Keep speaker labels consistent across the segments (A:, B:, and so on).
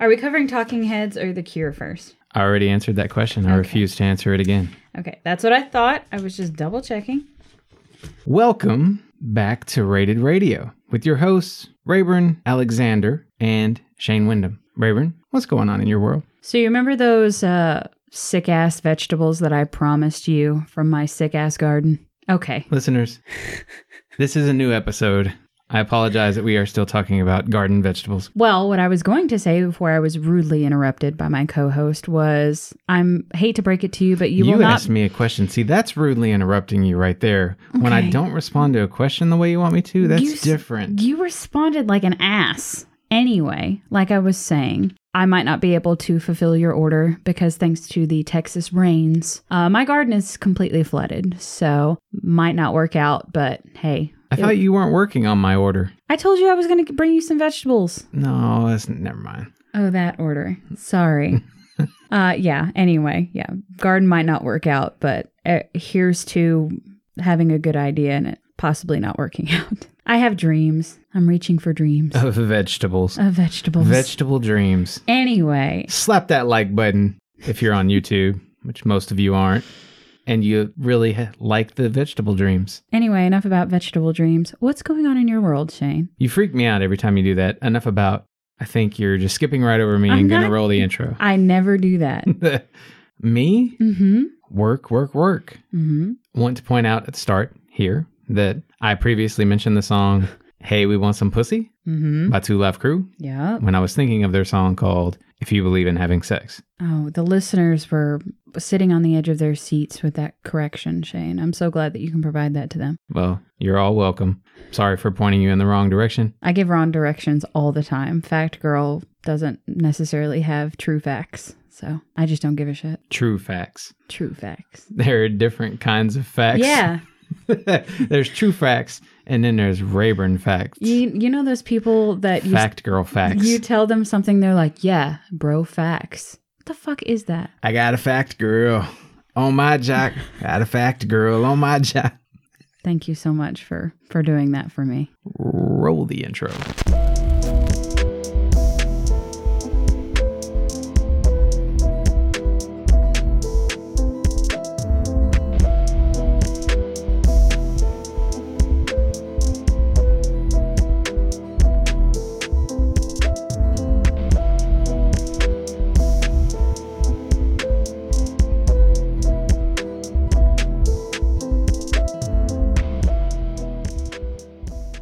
A: Are we covering Talking Heads or The Cure first?
B: I already answered that question. I refuse to answer it again.
A: Okay, that's what I thought. I was just double checking.
B: Welcome back to Rated Radio with your hosts, Rayburn Alexander and Shane Wyndham. Rayburn, what's going on in your world?
A: So you remember those uh, sick ass vegetables that I promised you from my sick ass garden? Okay.
B: Listeners, this is a new episode. I apologize that we are still talking about garden vegetables.
A: Well, what I was going to say before I was rudely interrupted by my co-host was I'm hate to break it to you, but you,
B: You,
A: will not
B: asked me a question. See, that's rudely interrupting you right there. When I
A: Okay.
B: don't respond to a question the way you want me to, that's
A: You s-
B: different.
A: You responded like an ass. Anyway, like I was saying, I might not be able to fulfill your order because thanks to the Texas rains, uh, my garden is completely flooded. So might not work out, but hey.
B: I thought you weren't working on my order.
A: I told you I was going to bring you some vegetables.
B: No, that's never mind.
A: Oh, that order. Sorry. uh, yeah. Anyway, yeah. Garden might not work out, but uh, here's to having a good idea and it possibly not working out. I have dreams. I'm reaching for dreams.
B: Of vegetables.
A: Of vegetables.
B: Vegetable dreams.
A: anyway,
B: Slap that like button if you're on YouTube, which most of you aren't, and you really ha- like the vegetable dreams.
A: anyway, enough about vegetable dreams. What's going on in your world, Shane?
B: You freak me out every time you do that. Enough about, I think you're just skipping right over me
A: I'm
B: and going to
A: not-
B: roll the intro.
A: I never do that.
B: me?
A: mm-hmm.
B: Work, work, work.
A: Mm-hmm.
B: Want to point out at the start here that I previously mentioned the song Hey, We Want Some Pussy
A: Mm-hmm.
B: by Two Left Crew
A: Yep.
B: when I was thinking of their song called If You Believe in Having Sex.
A: Oh, the listeners were sitting on the edge of their seats with that correction, Shane. I'm so glad that you can provide that to them.
B: Well, you're all welcome. Sorry for pointing you in the wrong direction.
A: I give wrong directions all the time. Fact girl doesn't necessarily have true facts. So I just don't give a shit.
B: True facts.
A: True facts.
B: There are different kinds of facts.
A: Yeah.
B: there's true facts, and then there's Rayburn facts.
A: You, you know those people that you,
B: Fact girl facts.
A: you tell them something, they're like, yeah, bro, facts. What the fuck is that?
B: I got a fact girl on my jock. Got a fact girl on my jock.
A: Thank you so much for for doing that for me.
B: Roll the intro.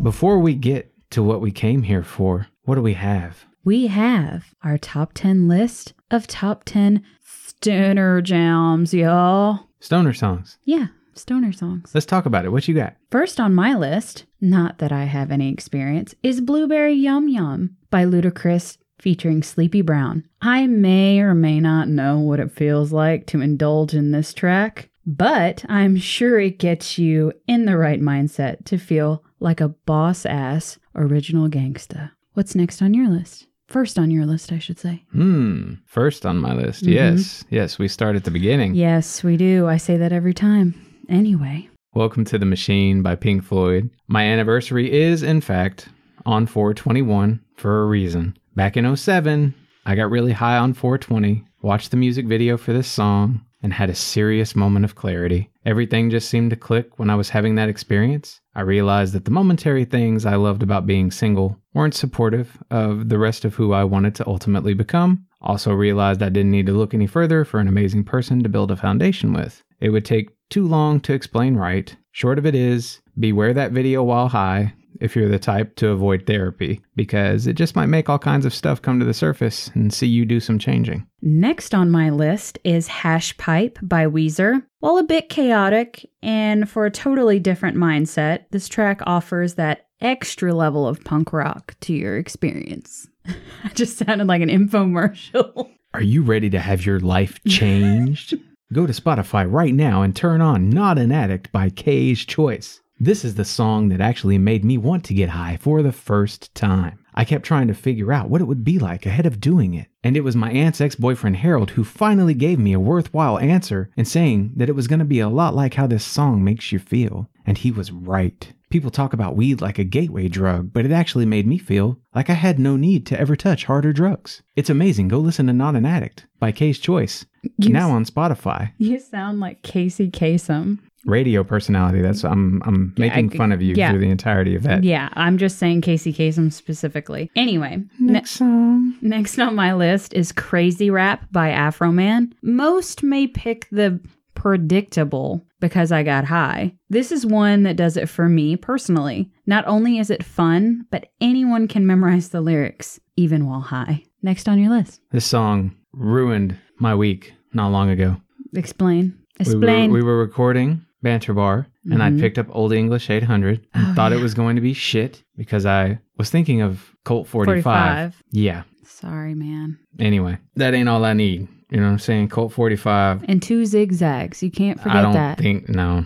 B: Before we get to what we came here for, what do we have?
A: We have our top 10 list of top 10 stoner jams, y'all.
B: Stoner songs.
A: Yeah, stoner songs.
B: Let's talk about it. What you got?
A: First on my list, not that I have any experience, is Blueberry Yum Yum by Ludacris featuring Sleepy Brown. I may or may not know what it feels like to indulge in this track, but I'm sure it gets you in the right mindset to feel like a boss ass original gangsta. What's next on your list? First on your list, I should say.
B: Hmm. First on my list.
A: Mhm.
B: Yes. Yes. We start at the beginning.
A: Yes, we do. I say that every time. Anyway,
B: Welcome to the Machine by Pink Floyd. My anniversary is, in fact, on 421 for a reason. Back in 07, I got really high on 420, watched the music video for this song, and had a serious moment of clarity. Everything just seemed to click when I was having that experience. I realized that the momentary things I loved about being single weren't supportive of the rest of who I wanted to ultimately become. Also realized I didn't need to look any further for an amazing person to build a foundation with. It would take too long to explain right. Short of it is, beware that video while high if you're the type to avoid therapy, because it just might make all kinds of stuff come to the surface and see you do some changing.
A: Next on my list is Hash Pipe by Weezer. While a bit chaotic and for a totally different mindset, this track offers that extra level of punk rock to your experience. I just sounded like an infomercial.
B: Are you ready to have your life changed? Go to Spotify right now and turn on Not an Addict by K's Choice. This is the song that actually made me want to get high for the first time. I kept trying to figure out what it would be like ahead of doing it. And it was my aunt's ex boyfriend Harold who finally gave me a worthwhile answer in saying that it was going to be a lot like how this song makes you feel. And he was right. People talk about weed like a gateway drug, but it actually made me feel like I had no need to ever touch harder drugs. It's amazing. Go listen to Not an Addict by Kay's Choice,
A: You,
B: now on Spotify.
A: you sound like Casey Kasem.
B: Radio personality. That's I'm I'm
A: Yeah, I
B: making
A: could-
B: fun of you
A: yeah.
B: through the entirety of that.
A: Yeah, I'm just saying Casey Kasem specifically. Anyway, ne-
B: Next song.
A: Next on my list is Crazy Rap by Afro Man. Most may pick the predictable because I got high. This is one that does it for me personally. Not only is it fun, but anyone can memorize the lyrics, even while high. Next on your list.
B: This song ruined my week not long ago.
A: Explain.
B: We were-
A: Explain.
B: We were, recording Banter Bar, and I
A: Mhm.
B: picked up Old English 800 and
A: Oh,
B: thought
A: yeah.
B: it was going to be shit because I was thinking of Colt 45.
A: 45.
B: Yeah.
A: Sorry, man.
B: Anyway, that ain't all I need. You know what I'm saying? Colt 45.
A: And two zigzags. You can't forget
B: I don't
A: that.
B: think, no.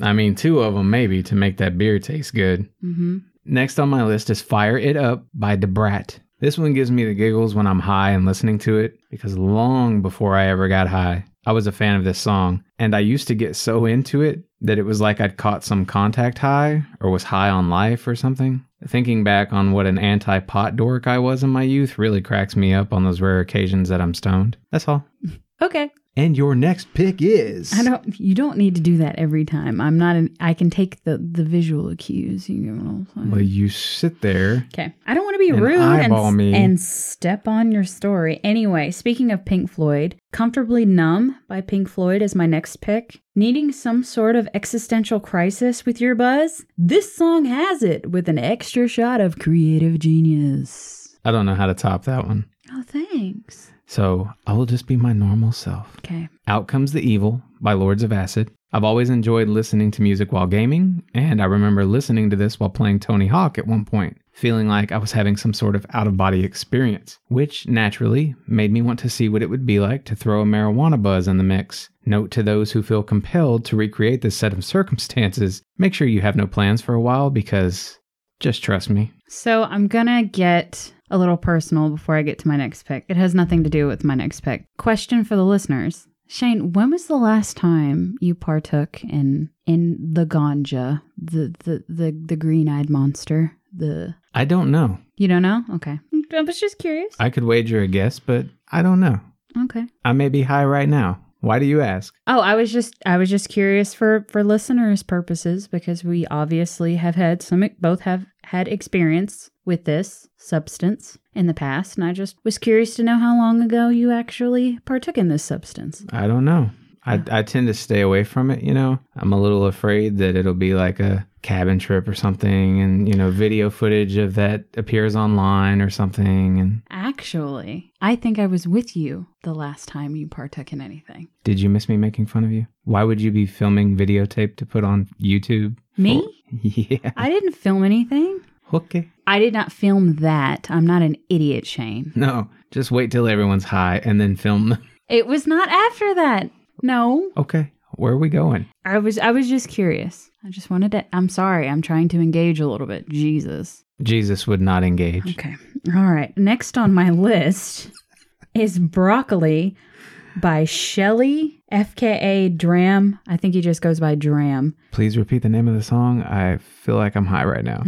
B: I mean, two of them maybe to make that beer taste good.
A: mm-hmm.
B: Next on my list is Fire It Up by Debrat. This one gives me the giggles when I'm high and listening to it because long before I ever got high, I was a fan of this song and I used to get so into it that it was like I'd caught some contact high or was high on life or something. Thinking back on what an anti pot dork I was in my youth really cracks me up on those rare occasions that I'm stoned. That's all.
A: Okay.
B: And your next pick is.
A: I don't. You don't need to do that every time. I'm not. An, I can take the the visual cues. You know what I'm saying?
B: Well, you sit there.
A: Okay. I don't want to be
B: And
A: rude
B: eyeball
A: and,
B: me.
A: and step on your story. Anyway, speaking of Pink Floyd, Comfortably Numb by Pink Floyd is my next pick. Needing some sort of existential crisis with your buzz? This song has it with an extra shot of creative genius.
B: I don't know how to top that one.
A: Oh, thanks.
B: So I will just be my normal self.
A: Okay.
B: Out Comes the Evil by Lords of Acid. I've always enjoyed listening to music while gaming, and I remember listening to this while playing Tony Hawk at one point, feeling like I was having some sort of out of body experience, which naturally made me want to see what it would be like to throw a marijuana buzz in the mix. Note to those who feel compelled to recreate this set of circumstances make sure you have no plans for a while because just trust me.
A: So I'm gonna get a little personal before I get to my next pick. It has nothing to do with my next pick. Question for the listeners. Shane, when was the last time you partook in in the ganja, the the the, the green-eyed monster? The
B: I don't know.
A: you don't know? Okay. I was just curious.
B: I could wager a guess, but I don't know.
A: okay.
B: I may be high right now. Why do you ask?
A: Oh, I was just I was just curious for for listeners' purposes because we obviously have had some both have had experience with this substance in the past, and I just was curious to know how long ago you actually partook in this substance.
B: I don't know. I, I tend to stay away from it, you know. I'm a little afraid that it'll be like a cabin trip or something, and, you know, video footage of that appears online or something. And
A: Actually, I think I was with you the last time you partook in anything.
B: did you miss me making fun of you? Why would you be filming videotape to put on YouTube?
A: Me?
B: Yeah.
A: I didn't film anything.
B: Okay.
A: I did not film that. I'm not an idiot, Shane.
B: No, just wait till everyone's high and then film them.
A: It was not after that. No.
B: Okay. Where are we going?
A: I was I was just curious. I just wanted to I'm sorry, I'm trying to engage a little bit. Jesus.
B: Jesus would not engage.
A: Okay. All right. Next on my list is Broccoli by Shelly FKA Dram. I think he just goes by Dram.
B: Please repeat the name of the song. I feel like I'm high right now.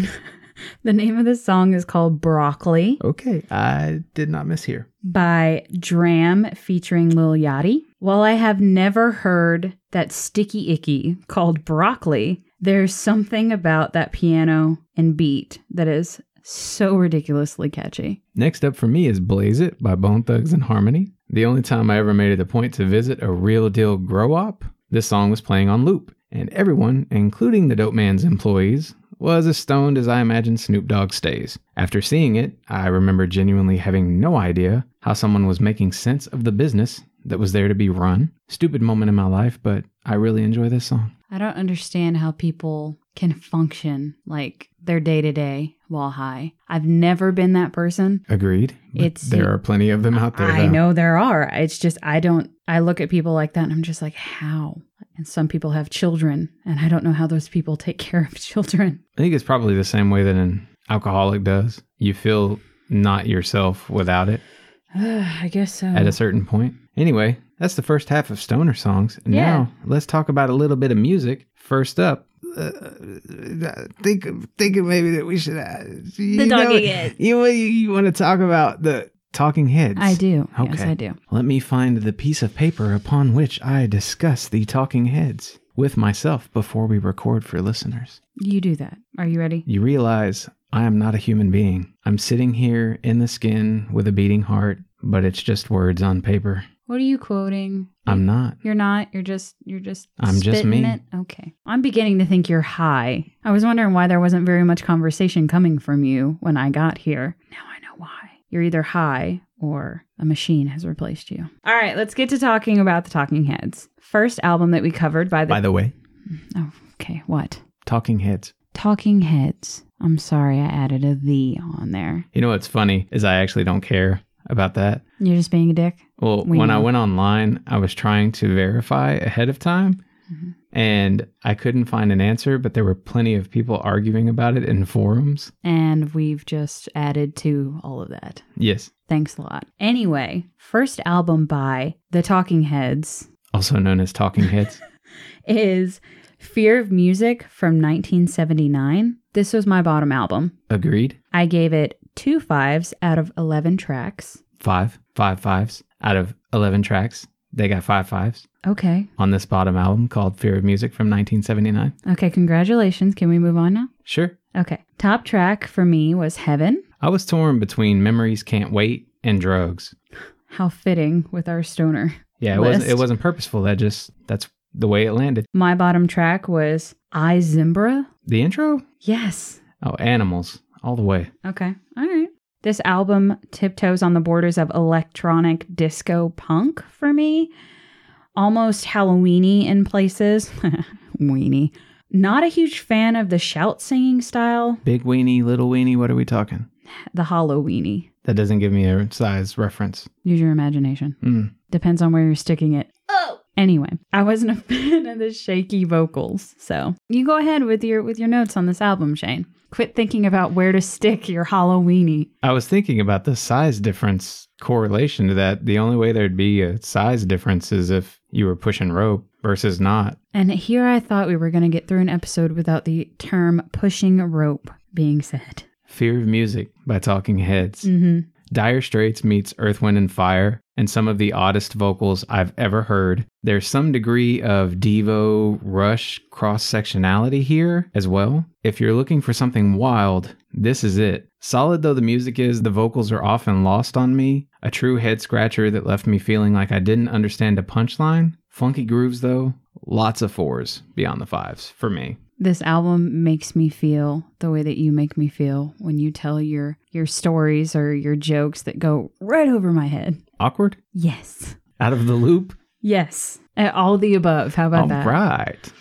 A: The name of the song is called Broccoli
B: okay. I did not miss here.
A: by Dram featuring Lil Yachty. While I have never heard that sticky icky called broccoli, there's something about that piano and beat that is so ridiculously catchy.
B: Next up for me is Blaze It by Bone Thugs and Harmony. The only time I ever made it a point to visit a real deal grow up, this song was playing on loop, and everyone, including the Dope Man's employees, was as stoned as I imagine Snoop Dogg stays. After seeing it, I remember genuinely having no idea how someone was making sense of the business that was there to be run. Stupid moment in my life, but I really enjoy this song.
A: I don't understand how people can function like their day to day while high. I've never been that person.
B: Agreed. But
A: It's-
B: there are plenty of them out there.
A: I
B: though.
A: know there are. It's just, I don't, I look at people like that and I'm just like, how? And some people have children, and I don't know how those people take care of children.
B: I think it's probably the same way that an alcoholic does. You feel not yourself without it
A: I guess so.
B: at a certain point. Anyway, that's the first half of Stoner songs. And
A: Yeah.
B: Now let's talk about a little bit of music. First up,
C: uh, think thinking maybe that we should uh, you
D: The
C: know,
D: doggy head.
C: You you, you want to talk about the talking heads?
A: I do. Yes,
B: Okay.
A: I do.
B: Let me find the piece of paper upon which I discuss the talking heads with myself before we record for listeners.
A: You do that. Are you ready?
B: You realize I am not a human being. I'm sitting here in the skin with a beating heart, but it's just words on paper.
A: What are you quoting?
B: I'm not.
A: You're not. You're just. You're just.
B: I'm just
A: spitting
B: me.
A: It? Okay. I'm beginning to think you're high. I was wondering why there wasn't very much conversation coming from you when I got here. Now I know why. You're either high or a machine has replaced you. All right. Let's get to talking about the Talking Heads. First album that we covered by the.
B: By the way,
A: oh, okay. What?
B: talking heads.
A: Talking Heads. I'm sorry I added a the on there.
B: You know what's funny is I actually don't care about that.
A: You're just being a dick.
B: Well,
A: We
B: when I
A: know.
B: went online, I was trying to verify ahead of time
A: Mhm.
B: and I couldn't find an answer, but there were plenty of people arguing about it in forums.
A: And we've just added to all of that.
B: Yes,
A: Thanks a lot. Anyway, first album by The Talking Heads
B: also known as talking heads.
A: is Fear of Music from 1979. This was my bottom album.
B: Agreed.
A: I gave it two fives out of 11 tracks.
B: Five, five fives out of 11 tracks. They got five fives
A: Okay.
B: on this bottom album called Fear of Music from 1979.
A: Okay, congratulations. Can we move on now?
B: Sure.
A: Okay. Top track for me was Heaven.
B: I was torn between Memories Can't Wait and Drugs.
A: How fitting with our stoner.
B: Yeah, it wasn't,
A: List.
B: it wasn't purposeful. That just, that's the way it landed.
A: My bottom track was I Zimbra.
B: The intro?
A: Yes.
B: Oh, animals all the way.
A: Okay. All right. This album tiptoes on the borders of electronic disco punk for me. Almost Halloweeny in places. Weenie. Not a huge fan of the shout singing style,
B: Big weenie, little weenie, what are we talking?
A: the Halloweeny.
B: That doesn't give me a size reference.
A: Use your imagination.
B: Mm.
A: Depends on where you're sticking it.
D: Oh,
A: Anyway, I wasn't a fan of the shaky vocals. So, you go ahead with your with your notes on this album, Shane. Quit thinking about where to stick your Halloweeny.
B: I was thinking about the size difference correlation to that. The only way there'd be a size difference is if you were pushing rope versus not.
A: And here I thought we were going to get through an episode without the term pushing rope being said.
B: Fear of Music by Talking Heads.
A: hmm
B: Dire Straits meets Earth, Wind, and Fire, and some of the oddest vocals I've ever heard. There's some degree of Devo Rush cross sectionality here as well. If you're looking for something wild, this is it. Solid though the music is, the vocals are often lost on me. A true head scratcher that left me feeling like I didn't understand a punchline. Funky grooves though, lots of fours beyond the fives for me.
A: This album makes me feel the way that you make me feel when you tell your your stories or your jokes that go right over my head.
B: Awkward?
A: Yes.
B: Out of the loop?
A: Yes. Uh, All the above. How about
B: All
A: that?
B: right.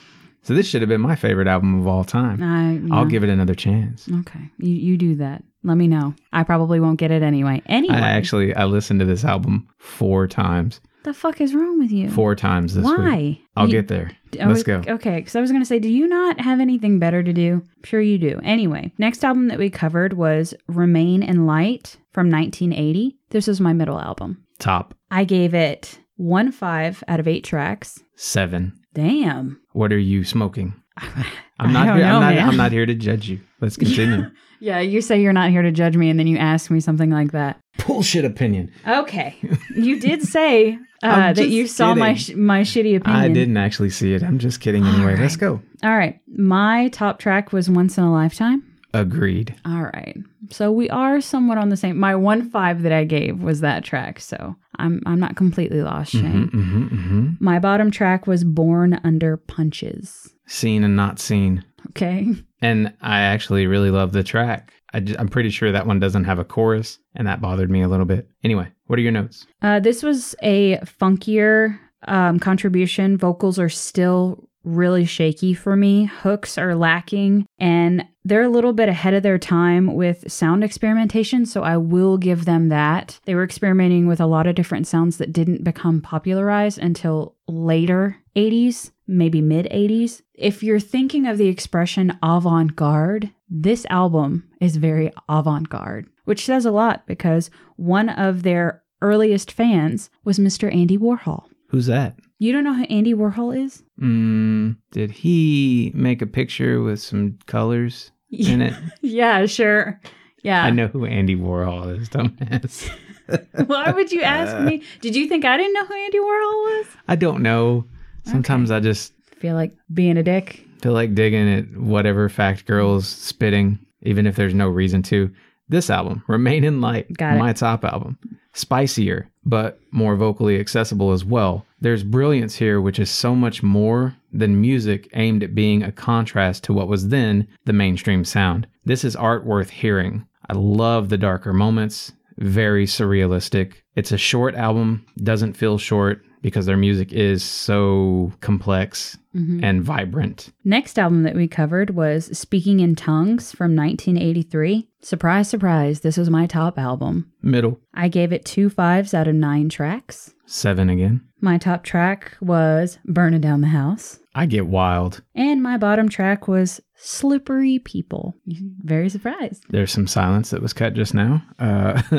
B: So this should have been my favorite album of all time.
A: I,
B: I'll give it another chance.
A: Okay. You you do that. Let me know. I probably won't get it anyway. Anyway.
B: I actually I listened to this album four times.
A: the fuck is wrong with you?
B: Four times this
A: Why?
B: week. I'll
A: You-
B: get there.
A: I
B: Let's
A: was-
B: go.
A: Okay, because I was going to say, do you not have anything better to do? I'm sure you do. Anyway, next album that we covered was Remain in Light from 1980. This was my middle album.
B: Top
A: I gave it one five out of eight tracks.
B: seven.
A: Damn.
B: What are you smoking?
A: I
B: I'm not
A: don't
B: here.
A: know,
B: I'm, not,
A: man.
B: I'm not here to judge you. Let's continue.
A: Yeah, you say you're not here to judge me, and then you ask me something like that.
B: Bullshit opinion.
A: Okay, you did say uh,
B: I'm
A: that you
B: just
A: saw my sh-
B: kidding.
A: my shitty opinion.
B: I didn't actually see it. I'm just kidding anyway.
A: All
B: Let's
A: right.
B: go.
A: All right, my top track was Once in a Lifetime.
B: Agreed.
A: All right. So we are somewhat on the same. My one five that I gave was that track, so I'm I'm not completely lost, Shane.
B: hmm hmm hmm
A: My bottom track was Born Under Punches.
B: Seen and not seen.
A: Okay.
B: And I actually really love the track. I ju- I'm pretty sure that one doesn't have a chorus, and that bothered me a little bit. Anyway, what are your notes?
A: Uh, this was a funkier um, contribution. Vocals are still really shaky for me. Hooks are lacking, and they're a little bit ahead of their time with sound experimentation. So I will give them that. They were experimenting with a lot of different sounds that didn't become popularized until later 80s, maybe mid 80s. If you're thinking of the expression avant garde, this album is very avant garde, which says a lot because one of their earliest fans was Mr. Andy Warhol.
B: Who's that?
A: You don't know who Andy Warhol is?
B: Mm, did he make a picture with some colors in it?
A: yeah, sure. Yeah.
B: I know who Andy Warhol is, dumbass.
A: Why would you ask me? Did you think I didn't know who Andy Warhol was?
B: I don't know. Sometimes I just
A: Feel like being a dick.
B: feel like digging at whatever fact girls spitting, even if there's no reason to. This album, Remain in Light,
A: Got it.
B: my top album. Spicier, but more vocally accessible as well. There's brilliance here, which is so much more than music aimed at being a contrast to what was then the mainstream sound. This is art worth hearing. I love the darker moments, very surrealistic. It's a short album, doesn't feel short because their music is so complex
A: Mhm.
B: and vibrant.
A: Next album that we covered was Speaking in Tongues from 1983. Surprise, surprise, this was my top album.
B: Middle.
A: I gave it two fives out of nine tracks.
B: Seven again.
A: My top track was Burning Down the House.
B: I get wild.
A: And my bottom track was Slippery People. Very surprised.
B: There's some silence that was cut just now. Uh,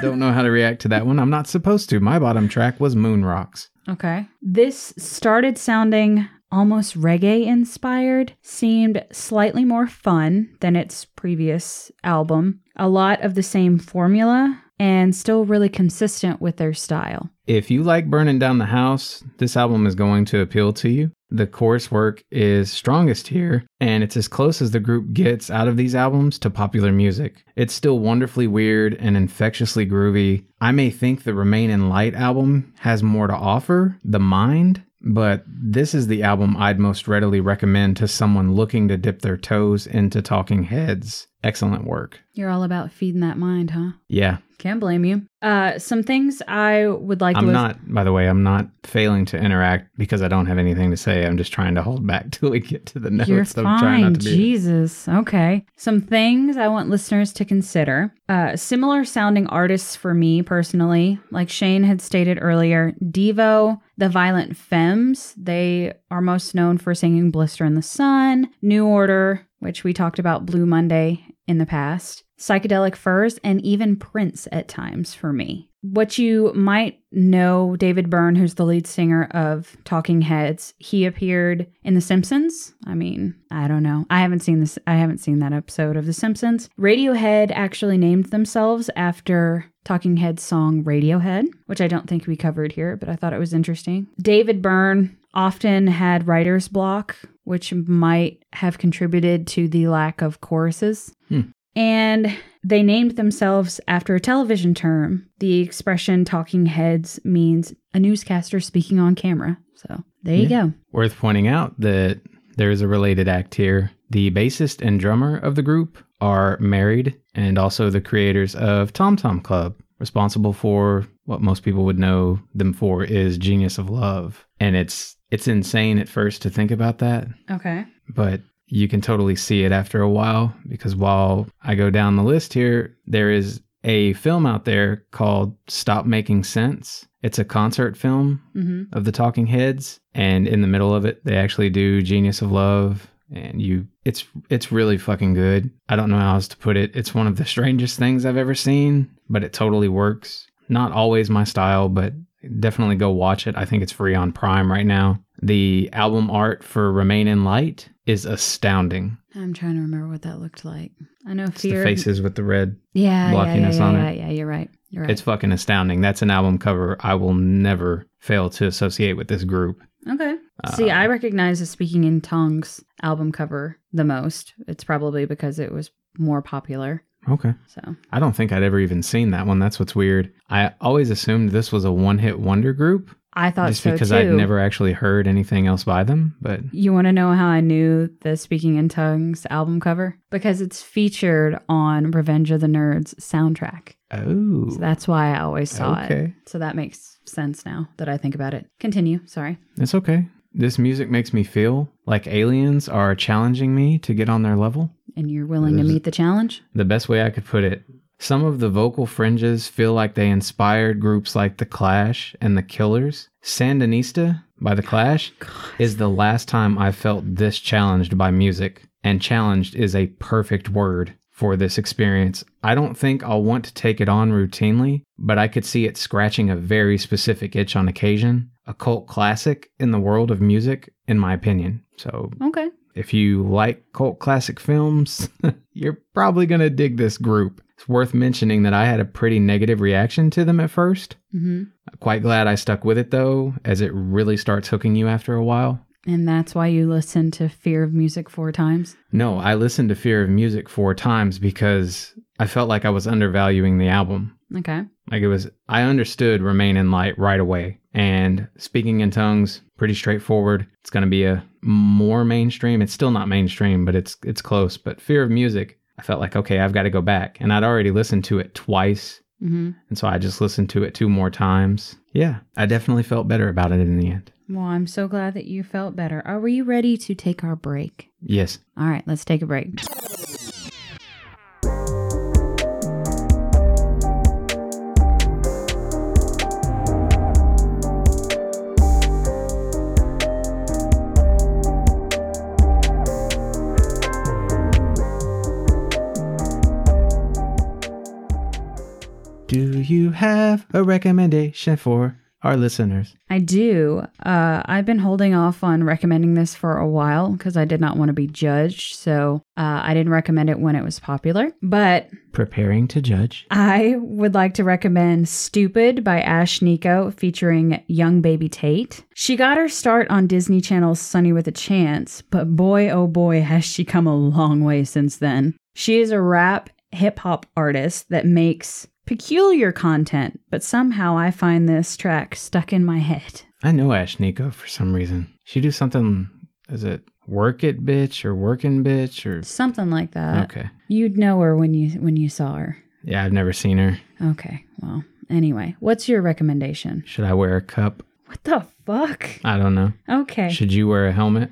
B: don't know how to react to that one. I'm not supposed to. My bottom track was Moon Rocks.
A: Okay. This started sounding almost reggae inspired, seemed slightly more fun than its previous album. A lot of the same formula and still really consistent with their style.
B: If you like burning down the house, this album is going to appeal to you. The chorus work is strongest here, and it's as close as the group gets out of these albums to popular music. It's still wonderfully weird and infectiously groovy. I may think the Remain in Light album has more to offer, The Mind, but this is the album I'd most readily recommend to someone looking to dip their toes into Talking Heads. Excellent work.
A: You're all about feeding that mind, huh?
B: Yeah,
A: Can't blame you. Uh, some things I would like to
B: I'm
A: listen-
B: not, by the way, I'm not failing to interact because I don't have anything to say. I'm just trying to hold back till we get to the notes.
A: You're
B: I'm trying
A: fine.
B: not to be.
A: Jesus. Okay. Some things I want listeners to consider. Uh, similar sounding artists for me personally, like Shane had stated earlier, Devo, the Violent Femmes, they are most known for singing Blister in the Sun, New Order, which we talked about Blue Monday in the past, psychedelic furs, and even Prince at times for me. What you might know, David Byrne, who's the lead singer of Talking Heads, he appeared in The Simpsons. I mean, I don't know. I haven't seen this. I haven't seen that episode of The Simpsons. Radiohead actually named themselves after Talking Heads song Radiohead, which I don't think we covered here, but I thought it was interesting. David Byrne often had writer's block, which might have contributed to the lack of choruses. And they named themselves after a television term. The expression talking heads means a newscaster speaking on camera. So there you go.
B: Worth pointing out that there is a related act here. The bassist and drummer of the group are married and also the creators of Tom Tom Club, responsible for what most people would know them for is Genius of Love. And it's it's insane at first to think about that.
A: Okay.
B: but you can totally see it after a while because while I go down the list here, there is a film out there called Stop Making Sense. It's a concert film
A: Mm-hmm.
B: of the Talking Heads, and in the middle of it, they actually do Genius of Love, and you, it's it's really fucking good. I don't know how else to put it. It's one of the strangest things I've ever seen, but it totally works. Not always my style, but definitely go watch it. I think it's free on Prime right now. The album art for Remain in Light is astounding.
A: I'm trying to remember what that looked like. I know
B: It's
A: fear.
B: the faces with the red.
A: yeah, yeah, yeah,
B: blockiness
A: yeah,
B: on
A: yeah,
B: it.
A: yeah, You're right. You're right.
B: It's fucking astounding. That's an album cover I will never fail to associate with this group.
A: okay. See,
B: Uh,
A: I recognize the Speaking in Tongues album cover the most. It's probably because it was more popular.
B: Okay.
A: So
B: I don't think I'd ever even seen that one. That's what's weird. I always assumed this was a one hit wonder group
A: I thought
B: just
A: so
B: because
A: too.
B: I'd never actually heard anything else by them. But
A: You want to know how I knew the Speaking in Tongues album cover? Because it's featured on Revenge of the Nerds soundtrack.
B: oh,
A: So that's why I always saw
B: Okay.
A: it. So that makes sense now that I think about it. Continue. Sorry.
B: it's okay. This music makes me feel like aliens are challenging me to get on their level.
A: And you're willing to
B: This-
A: meet the challenge?
B: The best way I could put it, some of the vocal fringes feel like they inspired groups like The Clash and The Killers. Sandinista by The Clash is the last time I felt this challenged by music, and challenged is a perfect word for this experience. I don't think I'll want to take it on routinely, but I could see it scratching a very specific itch on occasion, a cult classic in the world of music, in my opinion. So
A: Okay.
B: if you like cult classic films, you're probably going to dig this group. It's worth mentioning that I had a pretty negative reaction to them at first.
A: hmm
B: Quite glad I stuck with it though, as it really starts hooking you after a while.
A: And that's why you listen to Fear of Music four times.
B: No, I listened to Fear of Music four times because I felt like I was undervaluing the album.
A: Okay.
B: Like it was, I understood Remain in Light right away. And speaking in tongues, pretty straightforward. It's going to be a more mainstream. It's still not mainstream, but it's it's close. But Fear of Music, I felt like okay, I've got to go back, and I'd already listened to it twice,
A: hmm
B: and so I just listened to it two more times. Yeah, I definitely felt better about it in the end.
A: Well, I'm so glad that you felt better. Are we ready to take our break?
B: Yes,
A: All right, let's take a break.
B: Do you have a recommendation for our listeners?
A: I do. Uh, I've been holding off on recommending this for a while because I did not want to be judged. So uh, I didn't recommend it when it was popular. But
B: Preparing to judge.
A: I would like to recommend Stupid by Ash Nico featuring young baby Tate. She got her start on Disney Channel's Sunny with a Chance, but boy, oh boy, has she come a long way since then. She is a rap hip hop artist that makes peculiar content, but somehow I find this track stuck in my head.
B: I know Ash Nico for some reason. She do something. Is it work it bitch or working bitch or?
A: Something like that.
B: okay.
A: You'd know her when you when you saw her.
B: Yeah, I've never seen her.
A: Okay. Well, anyway, what's your recommendation?
B: Should I wear a cup?
A: What the fuck?
B: I don't know.
A: Okay.
B: Should you wear a helmet?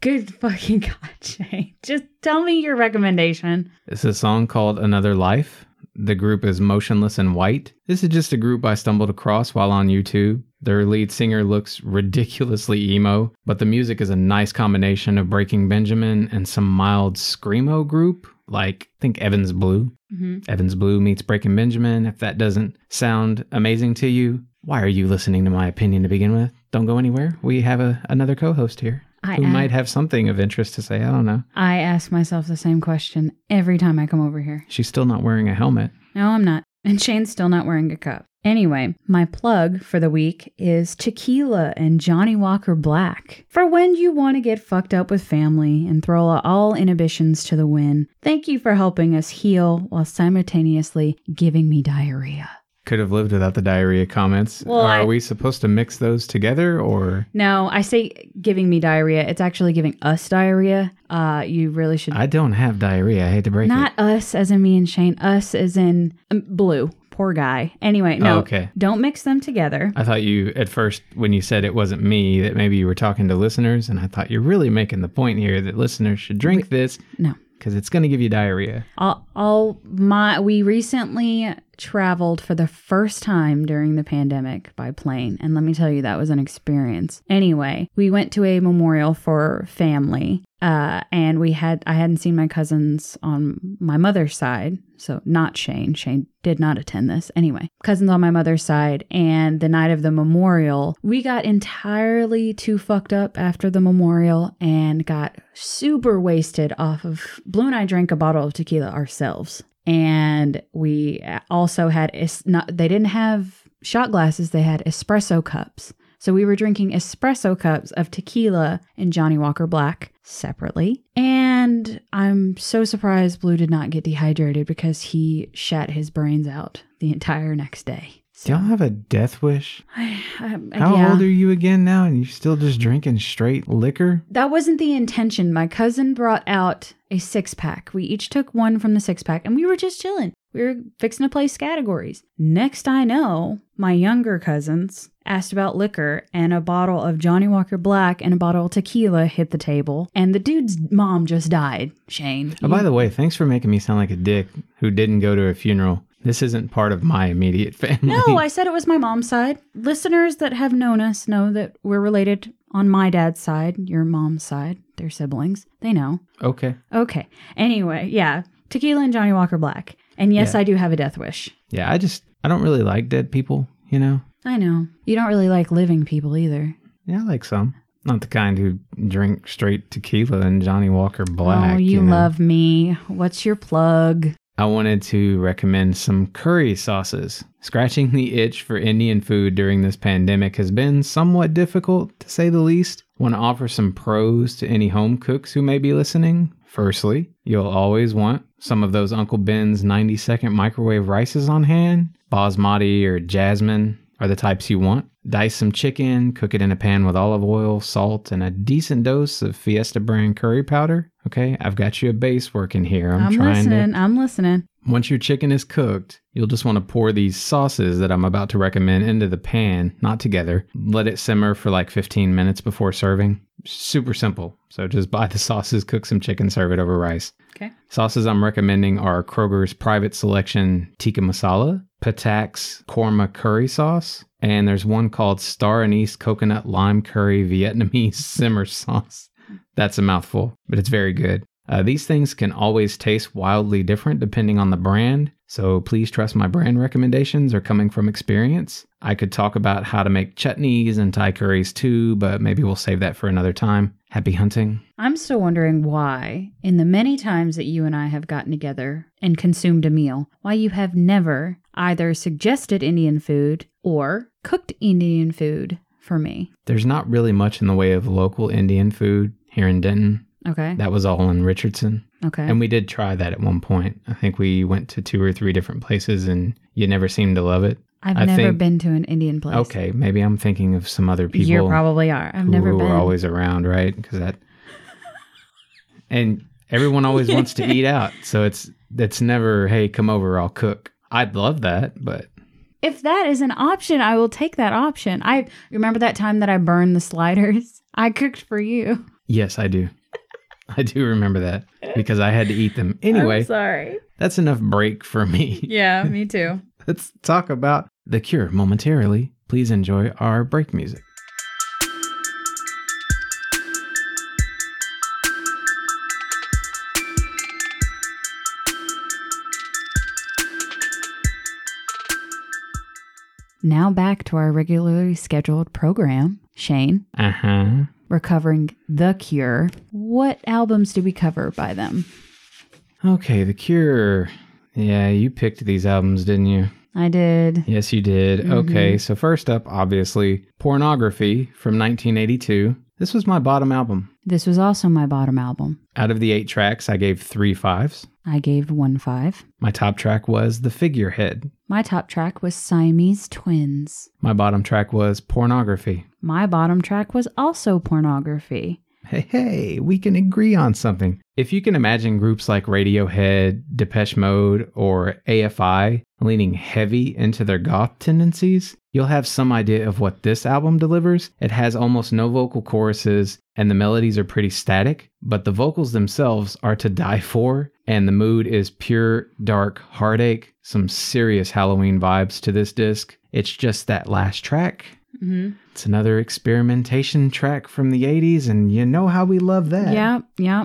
A: Good fucking God, Jay. Just tell me your recommendation.
B: It's a song called Another Life. The group is Motionless and White. This is just a group I stumbled across while on YouTube. Their lead singer looks ridiculously emo, but the music is a nice combination of Breaking Benjamin and some mild screamo group, like I think Evans Blue.
A: Mm-hmm.
B: Evans Blue meets Breaking Benjamin. If that doesn't sound amazing to you, why are you listening to my opinion to begin with? Don't go anywhere. We have a, another co host here
A: I
B: who
A: am-
B: might have something of interest to say. I don't know.
A: I ask myself the same question every time I come over here.
B: She's still not wearing a helmet.
A: No, I'm not. And Shane's still not wearing a cup. Anyway, my plug for the week is tequila and Johnny Walker Black. For when you want to get fucked up with family and throw all inhibitions to the wind, thank you for helping us heal while simultaneously giving me diarrhea.
B: Could have lived without the diarrhea comments.
A: Well,
B: are
A: I-
B: we supposed to mix those together or?
A: No, I say giving me diarrhea. It's actually giving us diarrhea. Uh, you really should
B: I don't have diarrhea. I hate to break
A: not us as in me and Shane. Us as in um, blue. Poor guy. Anyway,
B: it.
A: no,
B: Oh, okay.
A: don't mix them together.
B: I thought you, at first, when you said it wasn't me, that maybe you were talking to listeners. And I thought you're really making the point here that listeners should drink this
A: No,
B: because it's going to give you diarrhea.
A: all, all my we recently traveled for the first time during the pandemic by plane, and let me tell you that was an experience. Anyway, we went to a memorial for family. Uh, and we had I hadn't seen my cousins on my mother's side, so not Shane. Shane did not attend this anyway. Cousins on my mother's side, and the night of the memorial, we got entirely too fucked up after the memorial and got super wasted off of. Blue and I drank a bottle of tequila ourselves, and we also had es- not. They didn't have shot glasses; they had espresso cups. So we were drinking espresso cups of tequila and Johnny Walker Black separately. And I'm so surprised Blue did not get dehydrated because he shat his brains out the entire next day.
B: Do
A: So,
B: y'all have a death wish?
A: I, I-
B: How
A: Uh, yeah.
B: old are you again now? And you're still just drinking straight liquor?
A: That wasn't the intention. My cousin brought out a six pack. We each took one from the six pack and we were just chilling. We were fixing to place categories. Next I know, my younger cousins asked about liquor and a bottle of Johnny Walker Black and a bottle of tequila hit the table. And the dude's mom just died, Shane.
B: Oh, by the way, thanks for making me sound like a dick who didn't go to a funeral. This isn't part of my immediate family.
A: No, I said it was my mom's side. Listeners that have known us know that we're related on my dad's side, your mom's side, their siblings. They know.
B: Okay.
A: Okay. Anyway, yeah. tequila and Johnny Walker Black. And yes,
B: Yeah.
A: I do have a death wish.
B: Yeah, I just I don't really like dead people, you know.
A: I know. You don't really like living people either.
B: Yeah, I like some. Not the kind who drink straight tequila and Johnny Walker Black.
A: oh, you,
B: know.
A: love me. What's your plug?
B: I wanted to recommend some curry sauces. Scratching the itch for Indian food during this pandemic has been somewhat difficult, to say the least. Want to offer some pros to any home cooks who may be listening? Firstly, you'll always want some of those Uncle Ben's 90 second microwave rices on hand. Basmati or jasmine are the types you want. Dice some chicken, cook it in a pan with olive oil, salt, and a decent dose of Fiesta brand curry powder. Okay, I've got you a base working here. I'm,
A: I'm,
B: trying to.
A: listening. I'm listening.
B: Once your chicken is cooked, you'll just want to pour these sauces that I'm about to recommend into the pan, not together. Let it simmer for like 15 minutes before serving. Super simple. So just buy the sauces, cook some chicken, serve it over rice.
A: Okay.
B: Sauces I'm recommending are Kroger's Private Selection Tikka Masala, Patak's Korma Curry Sauce, and there's one called Star Anise Coconut Lime Curry Vietnamese Simmer Sauce. That's a mouthful, but it's very good. Uh, these things can always taste wildly different depending on the brand, so please trust my brand recommendations are coming from experience. I could talk about how to make chutneys and Thai curries too, but maybe we'll save that for another time. Happy hunting.
A: I'm still wondering why, in the many times that you and I have gotten together and consumed a meal, why you have never either suggested Indian food or cooked Indian food for me.
B: There's not really much in the way of local Indian food here in Denton.
A: Okay.
B: That was all in Richardson.
A: Okay.
B: And we did try that at one point. I think we went to two or three different places and you never seemed to love it.
A: I've
B: I
A: never
B: think-
A: been to an Indian place.
B: Okay, maybe I'm thinking of some other people.
A: You probably are. I've never
B: who
A: been.
B: are always around, right? Because that and everyone always wants to eat out, so it's that's never hey come over I'll cook. I'd love that, but
A: if that is an option, I will take that option. I remember that time that I burned the sliders. I cooked for you.
B: yes I do, I do remember that because I had to eat them anyway.
A: sorry.
B: That's enough break for me.
A: Yeah, me too.
B: Let's talk about the cure momentarily. Please enjoy our break music.
A: Now back to our regularly scheduled program. Shane,
B: Uh huh.
A: we're covering The Cure. What albums do we cover by them?
B: Okay, the cure. Yeah, you picked these albums, didn't you?
A: I did.
B: Yes, you did. Okay, so first up, obviously, Pornography from 1982. This was my bottom album.
A: This was also my bottom album.
B: Out of the eight tracks, I gave three fives.
A: I gave one five.
B: My top track was The Figurehead.
A: My top track was Siamese Twins.
B: My bottom track was Pornography.
A: My bottom track was also pornography.
B: Hey, hey, we can agree on something. If you can imagine groups like Radiohead, Depeche Mode, or AFI leaning heavy into their goth tendencies, you'll have some idea of what this album delivers. It has almost no vocal choruses, and the melodies are pretty static, but the vocals themselves are to die for, and the mood is pure, dark heartache, some serious Halloween vibes to this disc. It's just that last track
A: Mm-hmm.
B: it's another experimentation track from the 80s, and you know how we love that.
A: Yeah, yeah.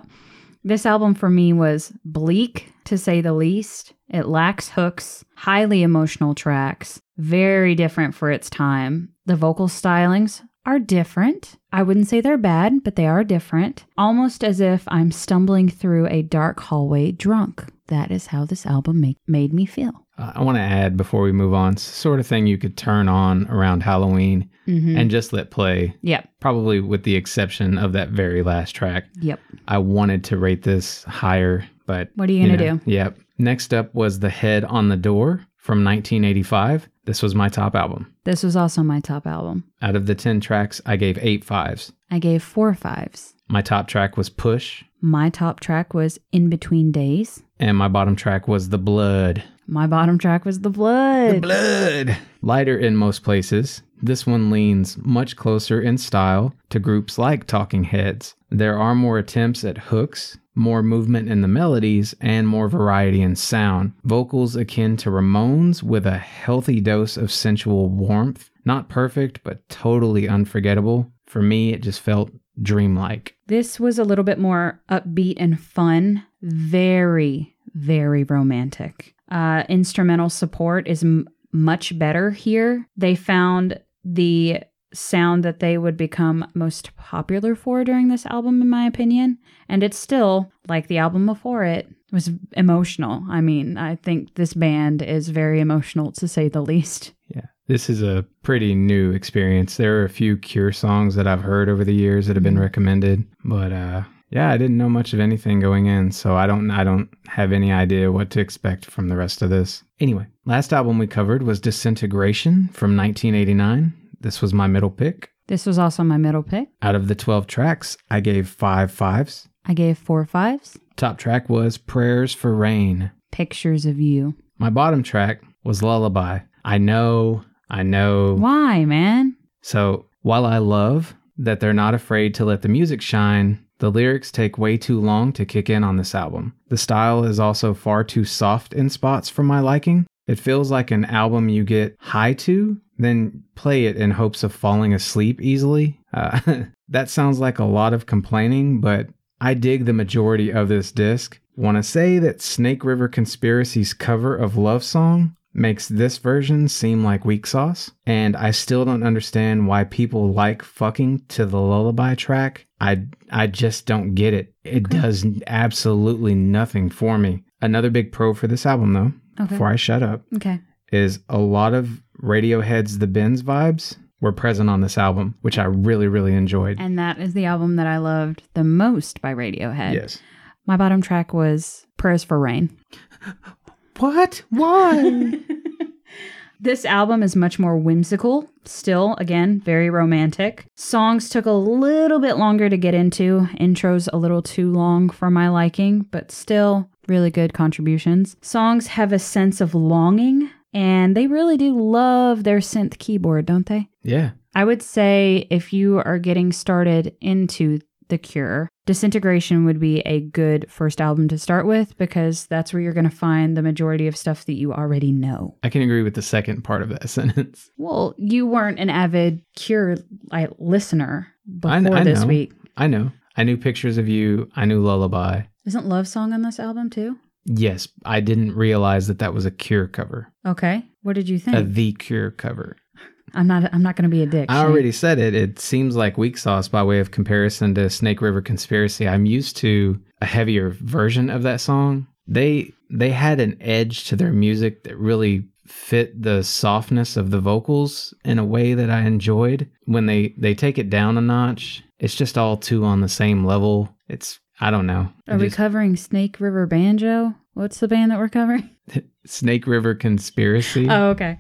A: This album for me was bleak, to say the least. It lacks hooks, highly emotional tracks, very different for its time. The vocal stylings are different. I wouldn't say they're bad, but they are different. Almost as if I'm stumbling through a dark hallway drunk. That is how this album make, made me feel.
B: Uh, I want to add before we move on, s- sort of thing you could turn on around Halloween
A: Mm-hmm.
B: and just let play,
A: yep,
B: probably with the exception of that very last track.
A: yep.
B: I wanted to rate this higher, but
A: What are you going to
B: know,
A: do?
B: Yep. Next up was The Head on the Door from 1985. This was my top album.
A: This was also my top album.
B: Out of the 10 tracks, I gave eight fives.
A: I gave four fives.
B: My top track was Push,
A: My top track was In Between Days.
B: and my bottom track was The Blood.
A: My bottom track was The Blood.
B: blood. Lighter in most places, this one leans much closer in style to groups like Talking Heads. There are more attempts at hooks, more movement in the melodies, and more variety in sound. Vocals akin to Ramones with a healthy dose of sensual warmth. Not perfect, but totally unforgettable. For me, it just felt dreamlike.
A: This was a little bit more upbeat and fun. Very, very romantic. Uh, instrumental support is m- much better here. They found the sound that they would become most popular for during this album, in my opinion. And it's still, like the album before it, was emotional. I mean, I think this band is very emotional, to say the least.
B: Yeah. This is a pretty new experience. There are a few Cure songs that I've heard over the years that have been recommended, but uh yeah, I didn't know much of anything going in, so I don't I don't have any idea what to expect from the rest of this. Anyway, last album we covered was Disintegration from 1989. This was my middle pick.
A: This was also my middle pick.
B: Out of the 12 tracks, I gave 5 fives.
A: I gave four fives.
B: Top track was Prayers for Rain.
A: Pictures of you.
B: My bottom track was Lullaby. I know, I know.
A: Why, man?
B: So while I love that they're not afraid to let the music shine, the lyrics take way too long to kick in on this album. The style is also far too soft in spots for my liking. It feels like an album you get high to, then play it in hopes of falling asleep easily. Uh, that sounds like a lot of complaining, but I dig the majority of this disc. Want to say that Snake River Conspiracy's cover of Love Song makes this version seem like weak sauce, and I still don't understand why people like fucking to the lullaby track. I I just don't get it. It does absolutely nothing for me. Another big pro for this album though,
A: Okay.
B: before I shut up,
A: Okay.
B: is a lot of Radiohead's The Bends vibes were present on this album, which I really really enjoyed.
A: And that is the album that I loved the most by Radiohead.
B: Yes.
A: My bottom track was Prayers for Rain.
B: What? Why?
A: This album is much more whimsical, still, again, very romantic. Songs took a little bit longer to get into, intros a little too long for my liking, but still really good contributions. Songs have a sense of longing, and they really do love their synth keyboard, don't they?
B: yeah.
A: I would say if you are getting started into The Cure, Disintegration would be a good first album to start with because that's where you're going to find the majority of stuff that you already know.
B: I can agree with the second part of that sentence.
A: Well, you weren't an avid Cure like, listener before
B: I kn- I
A: this
B: know.
A: week.
B: I know. I knew pictures of you. I knew lullaby.
A: Isn't Love Song on this album too?
B: Yes, I didn't realize that that was a Cure cover,
A: Okay. What did you think?
B: a The Cure cover.
A: I'm not I'm not going to be a dick.
B: I
A: Shane.
B: already said it. It seems like weak sauce by way of comparison to Snake River Conspiracy. I'm used to a heavier version of that song. They they had an edge to their music that really fit the softness of the vocals in a way that I enjoyed. When they they take it down a notch, it's just all too on the same level. It's I don't know. It
A: Are we
B: just-
A: covering Snake River Banjo? What's the band that we're covering?
B: Snake River Conspiracy.
A: Oh, okay.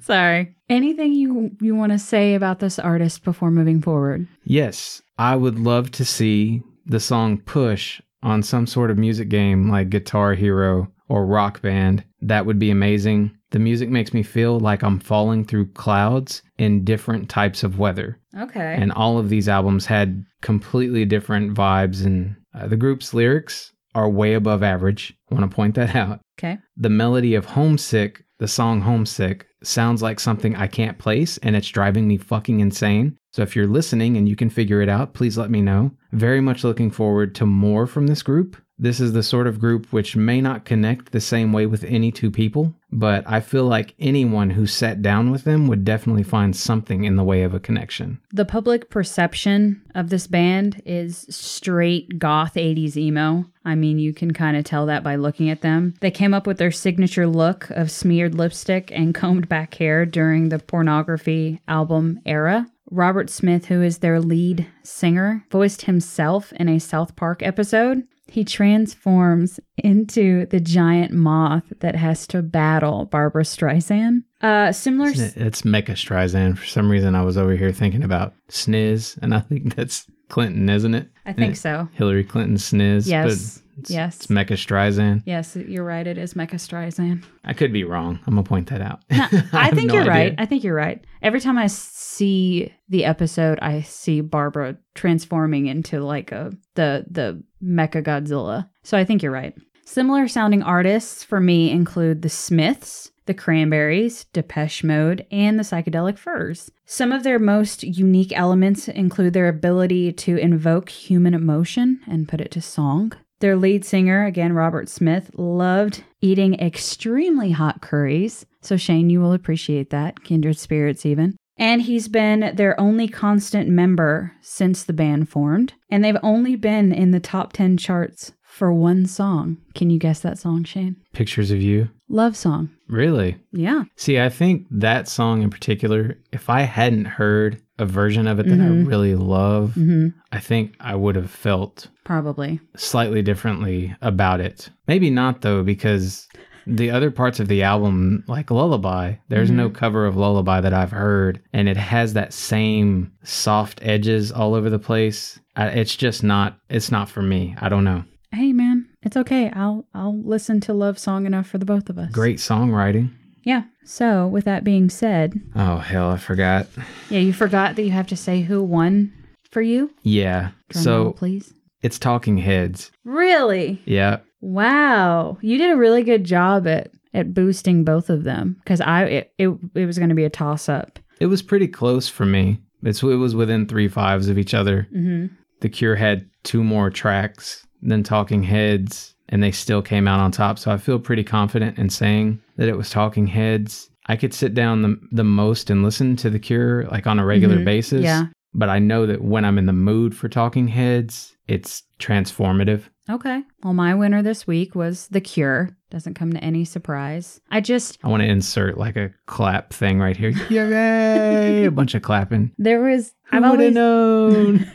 A: Sorry. Anything you you want to say about this artist before moving forward?
B: Yes, I would love to see the song Push on some sort of music game like Guitar Hero or Rock Band. That would be amazing. The music makes me feel like I'm falling through clouds in different types of weather.
A: Okay.
B: And all of these albums had completely different vibes, and uh, the group's lyrics are way above average. Want to point that out.
A: okay.
B: The melody of Homesick, the song Homesick, sounds like something I can't place and it's driving me fucking insane. So if you're listening and you can figure it out, please let me know. Very much looking forward to more from this group. This is the sort of group which may not connect the same way with any two people, but I feel like anyone who sat down with them would definitely find something in the way of a connection.
A: The public perception of this band is straight goth 80s emo. I mean, you can kind of tell that by looking at them. They came up with their signature look of smeared lipstick and combed back hair during the pornography album era. Robert Smith, who is their lead singer, voiced himself in a South Park episode. He transforms into the giant moth that has to battle Barbara Streisand. Uh, similar.
B: Isn't it- It's Mecha Streisand. For some reason, I was over here thinking about Sniz, and I think that's Clinton, isn't it?
A: I think so.
B: Hillary Clinton Sniz. but
A: Yes.
B: it's-
A: Yes.
B: It's Mecha Streisand.
A: Yes, you're right. It is Mecha Streisand.
B: I could be wrong. I'm gonna point that out.
A: I,
B: have
A: think
B: no
A: you're
B: idea.
A: right. I think you're right. Every time I see the episode, I see Barbara transforming into like a the the Mecha Godzilla. So I think you're right. Similar sounding artists for me include the Smiths, the Cranberries, Depeche Mode, and the Psychedelic Furs. Some of their most unique elements include their ability to invoke human emotion and put it to song. Their lead singer, again, Robert Smith, loved eating extremely hot curries. So, Shane, you will appreciate that. Kindred spirits, even. And he's been their only constant member since the band formed. And they've only been in the top 10 charts for one song. Can you guess that song, Shane?
B: Pictures of You.
A: Love song.
B: Really?
A: Yeah.
B: See, I think that song in particular, if I hadn't heard a version of it that
A: Mm-hmm.
B: I really love,
A: hmm
B: I think I would have felt
A: Probably.
B: slightly differently about it. Maybe not though, because the other parts of the album, like Lullaby, there's no
A: Mm-hmm.
B: cover of Lullaby that I've heard, and it has that same soft edges all over the place. I, it's just not. It's not for me. I don't know.
A: Hey, man, it's okay. I'll I'll listen to Love Song enough for the both of us.
B: Great songwriting.
A: Yeah. So, with that being said,
B: Oh hell, I forgot.
A: yeah, you forgot that you have to say who won for you.
B: Yeah.
A: Drum
B: so
A: roll, please.
B: it's Talking Heads.
A: Really?
B: Yeah.
A: Wow. You did a really good job at at boosting both of them because I it it, it was going to be a toss up.
B: It was pretty close for me. It's it was within three fives of each other.
A: hmm
B: The Cure had two more tracks than Talking Heads, and they still came out on top. So I feel pretty confident in saying that it was Talking Heads. I could sit down the, the most and listen to The Cure like on a regular
A: Mhm.
B: basis.
A: Yeah.
B: But I know that when I'm in the mood for Talking Heads, it's transformative.
A: Okay. Well, my winner this week was The Cure. Doesn't come to any surprise. I just
B: I want to insert like a clap thing right here. Yay! a bunch of clapping.
A: there was
B: Who
A: I've
B: would
A: always
B: have known?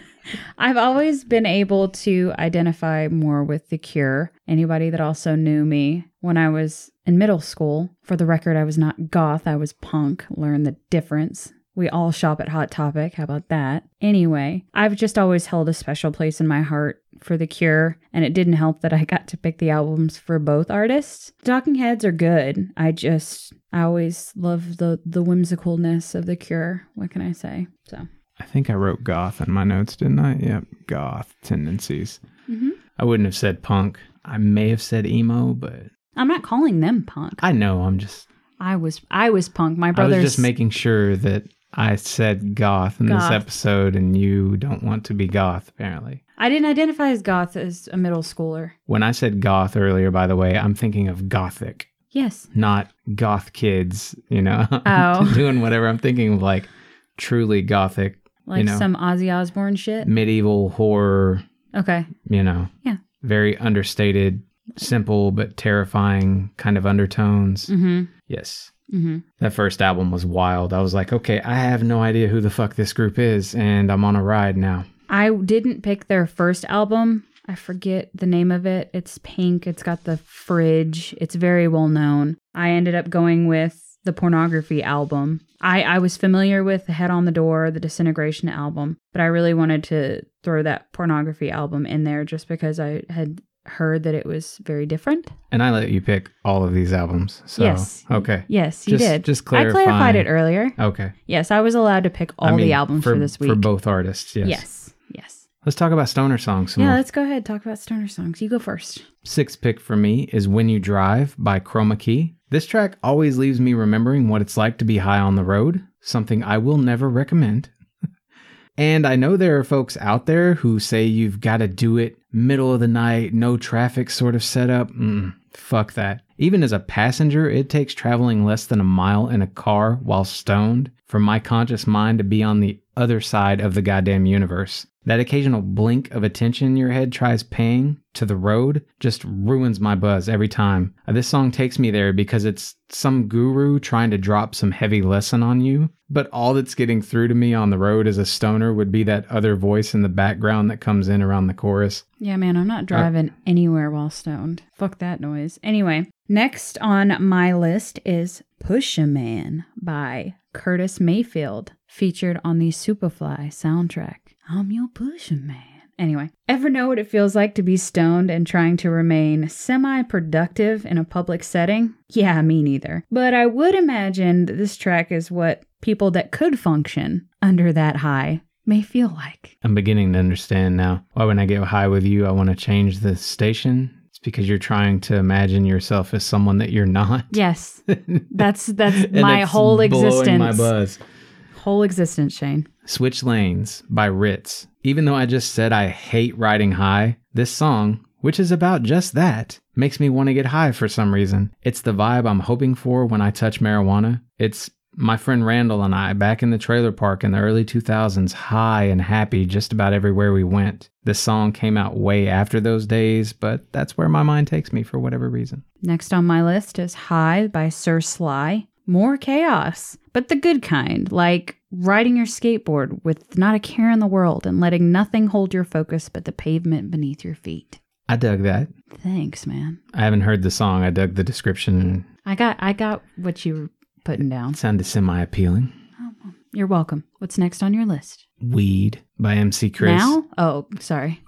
A: I've always been able to identify more with The Cure. Anybody that also knew me when I was in middle school, for the record, I was not goth, I was punk. Learn the difference. We all shop at Hot Topic. How about that? Anyway, I've just always held a special place in my heart for The Cure, and it didn't help that I got to pick the albums for both artists. Talking Heads are good. I just, I always love the the whimsicalness of The Cure. What can I say? So,
B: I think I wrote goth in my notes, didn't I? Yep, goth tendencies.
A: Mhm.
B: I wouldn't have said punk. I may have said emo, but
A: I'm not calling them punk.
B: I know I'm just
A: I was I was punk. My
B: I
A: brother's
B: was just making sure that I said goth in
A: Goth.
B: this episode and you don't want to be goth apparently.
A: I didn't identify as goth as a middle schooler.
B: When I said goth earlier by the way, I'm thinking of gothic,
A: Yes.
B: not goth kids, you know. I'm
A: Oh.
B: doing whatever I'm thinking of like truly gothic
A: Like
B: know.
A: some Ozzy Osbourne shit.
B: medieval horror
A: Okay.
B: you know,
A: Yeah.
B: very understated, simple but terrifying kind of undertones.
A: Mhm.
B: Yes.
A: Mhm.
B: That first album was wild. I was like, okay, I have no idea who the fuck this group is, and I'm on a ride now.
A: I didn't pick their first album. I forget the name of it. It's pink. It's got the fridge. It's very well known. I ended up going with the pornography album. I, I was familiar with the Head on the Door, the Disintegration album, but I really wanted to throw that pornography album in there just because I had heard that it was very different.
B: And I let you pick all of these albums. So,
A: Yes.
B: okay.
A: Yes, you
B: Just-
A: did.
B: just
A: I clarified
B: clarifying.
A: it earlier.
B: Okay.
A: Yes, I was allowed to pick all
B: I mean,
A: the albums for, this week.
B: For both artists, yes.
A: Yes. Yes.
B: Let's talk about stoner songs some
A: Yeah,
B: more.
A: let's go ahead. Talk about stoner songs. You go first.
B: Sixth pick for me is When You Drive by Chroma Key. This track always leaves me remembering what it's like to be high on the road, something I will never recommend. and I know there are folks out there who say you've got to do it middle of the night, no traffic sort of setup. Mm, fuck that. Even as a passenger, it takes traveling less than a mile in a car while stoned for my conscious mind to be on the other side of the goddamn universe. That occasional blink of attention your head tries paying to the road just ruins my buzz every time. Uh, This song takes me there because it's some guru trying to drop some heavy lesson on you, but all that's getting through to me on the road as a stoner would be that other voice in the background that comes in around the chorus.
A: Yeah, man, I'm not driving anywhere while stoned. Fuck that noise. Anyway, next on my list is Push a Man by Curtis Mayfield, featured on the Superfly soundtrack. I'm your push a man. Anyway, ever know what it feels like to be stoned and trying to remain semi productive in a public setting? Yeah, me neither. But I would imagine that this track is what people that could function under that high may feel like.
B: I'm beginning to understand now why, when I get high with you, I want to change the station. It's because you're trying to imagine yourself as someone that you're not.
A: Yes. That's that's
B: And
A: my
B: it's
A: whole
B: blowing
A: existence.
B: My buzz.
A: Whole existence, Shane.
B: Switch Lanes by Ritz. Even though I just said I hate riding high, this song, which is about just that. Makes me want to get high for some reason. It's the vibe I'm hoping for when I touch marijuana. It's my friend Randall and I back in the trailer park in the early 2000s, high and happy just about everywhere we went. This song came out way after those days, but that's where my mind takes me for whatever reason.
A: Next on my list is High by Sir Sly. More chaos, but the good kind, like riding your skateboard with not a care in the world and letting nothing hold your focus but the pavement beneath your feet.
B: I dug that.
A: Thanks, man.
B: I haven't heard the song. I dug the description and
A: I got I got what you were putting down.
B: it sounded semi appealing.
A: You're welcome. What's next on your list?
B: Weed by MC Chris.
A: Now? Oh, sorry.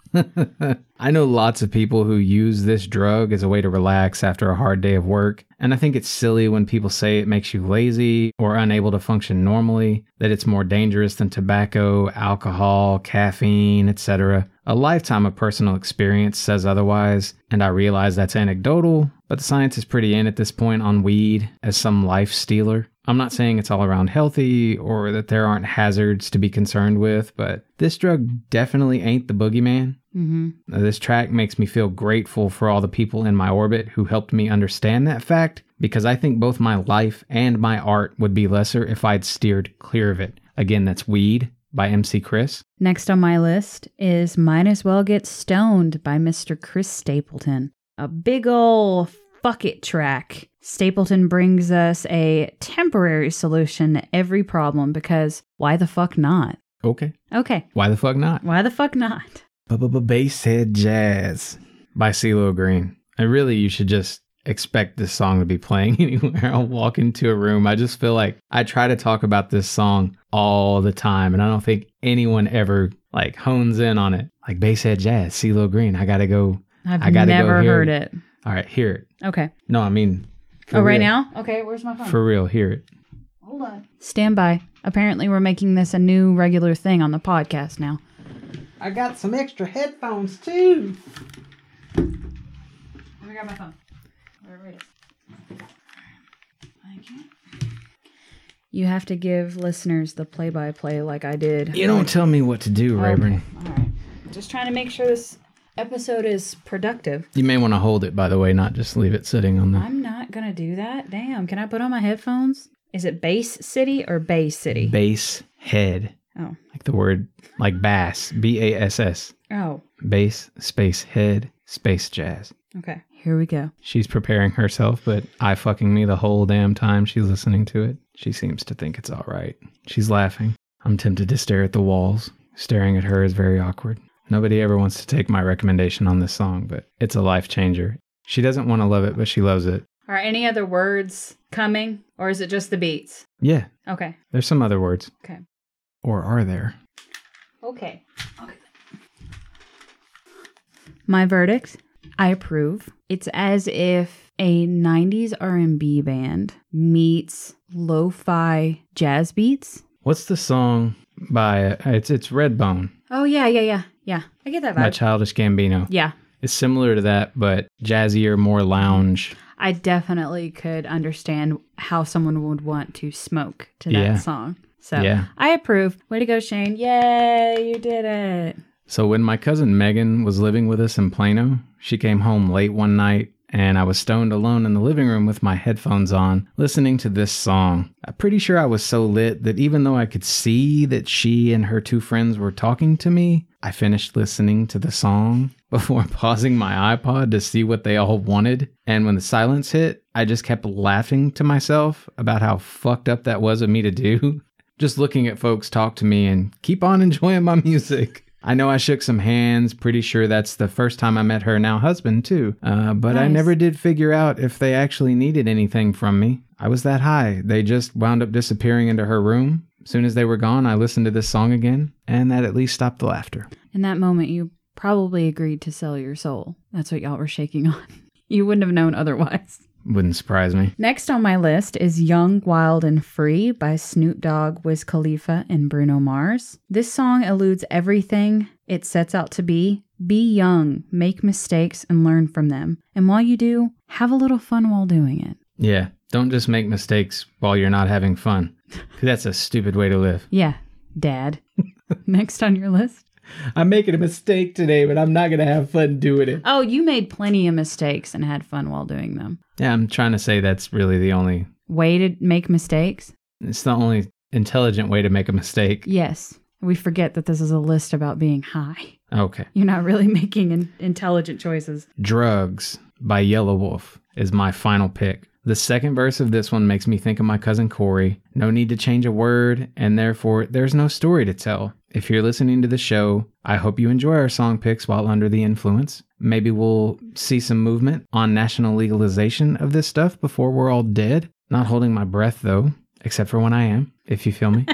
B: I know lots of people who use this drug as a way to relax after a hard day of work, and I think it's silly when people say it makes you lazy or unable to function normally, that it's more dangerous than tobacco, alcohol, caffeine, etc. A lifetime of personal experience says otherwise, and I realize that's anecdotal, but the science is pretty in at this point on weed as some life stealer. I'm not saying it's all around healthy or that there aren't hazards to be concerned with, but this drug definitely ain't the boogeyman.
A: Mm-hmm.
B: Now, This track makes me feel grateful for all the people in my orbit who helped me understand that fact because I think both my life and my art would be lesser if I'd steered clear of it. Again, that's Weed by MC Chris.
A: Next on my list is Might As Well Get Stoned by Mr. Chris Stapleton. A big ol' fuck it track. Stapleton brings us a temporary solution to every problem because why the fuck not?
B: Okay.
A: Okay,
B: Why the fuck not?
A: why the fuck not?
C: Basshead jazz.
B: By CeeLo Green. And really, you should just expect this song to be playing anywhere. I'll walk into a room. I just feel like I try to talk about this song all the time, and I don't think anyone ever like hones in on it. Like Basshead Jazz, CeeLo Green. I gotta go.
A: I've
B: I gotta go
A: never
B: hear
A: heard it.
B: All right, hear it.
A: Okay.
B: No, I mean. for
A: oh, right
B: real.
A: now? Okay, where's my phone?
B: For real, hear it.
A: Hold on. Stand by. Apparently, we're making this a new regular thing on the podcast now.
C: I got some extra headphones too.
A: Let me grab my phone. Wherever it is. Thank you. You have to give listeners the play by play like I did.
B: You don't tell me what to do,
A: Oh,
B: Reverend.
A: All right. Just trying to make sure this episode is productive.
B: You may want to hold it, by the way, not just leave it sitting on the
A: I'm not going to do that. Damn. Can I put on my headphones? Is it Bass City or Bay City?
B: bass head.
A: oh.
B: Like the word, like bass, B A S S.
A: Oh.
B: Bass, space, head, space, jazz.
A: Okay. Here we go.
B: She's preparing herself, but I fucking me the whole damn time she's listening to it. She seems to think it's all right. She's laughing. I'm tempted to stare at the walls. Staring at her is very awkward. Nobody ever wants to take my recommendation on this song, but it's a life changer. She doesn't want to love it, but she loves it.
A: Are any other words coming or is it just the beats?
B: Yeah,
A: Okay.
B: there's some other words.
A: Okay.
B: Or are there?
A: Okay. My verdict, I approve. It's as if a 90s R&B band meets lo-fi jazz beats.
B: What's the song by it's it's Redbone
A: Oh yeah, yeah, yeah. Yeah. I get that
B: by
A: vibe.
B: Childish Gambino.
A: yeah.
B: It's similar to that, but jazzier, more lounge.
A: I definitely could understand how someone would want to smoke to that
B: Yeah.
A: song. So,
B: Yeah.
A: I approve. Way to go, Shane. Yay, you did it.
B: So when my cousin Megan was living with us in Plano, she came home late one night and I was stoned alone in the living room with my headphones on, listening to this song. I'm pretty sure I was so lit that even though I could see that she and her two friends were talking to me, I finished listening to the song before pausing my iPod to see what they all wanted. And when the silence hit, I just kept laughing to myself about how fucked up that was of me to do. just looking at folks talk to me and keep on enjoying my music. I know I shook some hands. Pretty sure that's the first time I met her now husband, too. Uh, but I
A: Nice.
B: never did figure out if they actually needed anything from me. I was that high. They just wound up disappearing into her room. Soon as they were gone, I listened to this song again, and that at least stopped the laughter.
A: In that moment, you probably agreed to sell your soul. That's what y'all were shaking on. You wouldn't have known otherwise.
B: Wouldn't surprise me.
A: Next on my list is Young, Wild, and Free by Snoop Dogg, Wiz Khalifa, and Bruno Mars. This song eludes everything it sets out to be. Be young, make mistakes, and learn from them. And while you do, have a little fun while doing it.
B: Yeah, don't just make mistakes while you're not having fun. 'Cause That's a stupid way to live.
A: Yeah, Dad. Next on your list
B: I'm making a mistake today, but I'm not gonna have fun doing it.
A: Oh, you made plenty of mistakes and had fun while doing them.
B: Yeah, I'm trying to say that's really the only.
A: Way to make mistakes?
B: It's the only intelligent way to make a mistake.
A: Yes. We forget that this is a list about being high.
B: Okay.
A: You're not really making in- intelligent choices.
B: Drugs by Yellow Wolf is my final pick. The second verse of this one makes me think of my cousin Corey. No need to change a word, and therefore there's no story to tell. If you're listening to the show, I hope you enjoy our song picks while under the influence. Maybe we'll see some movement on national legalization of this stuff before we're all dead. Not holding my breath though, except for when I am, if you feel me.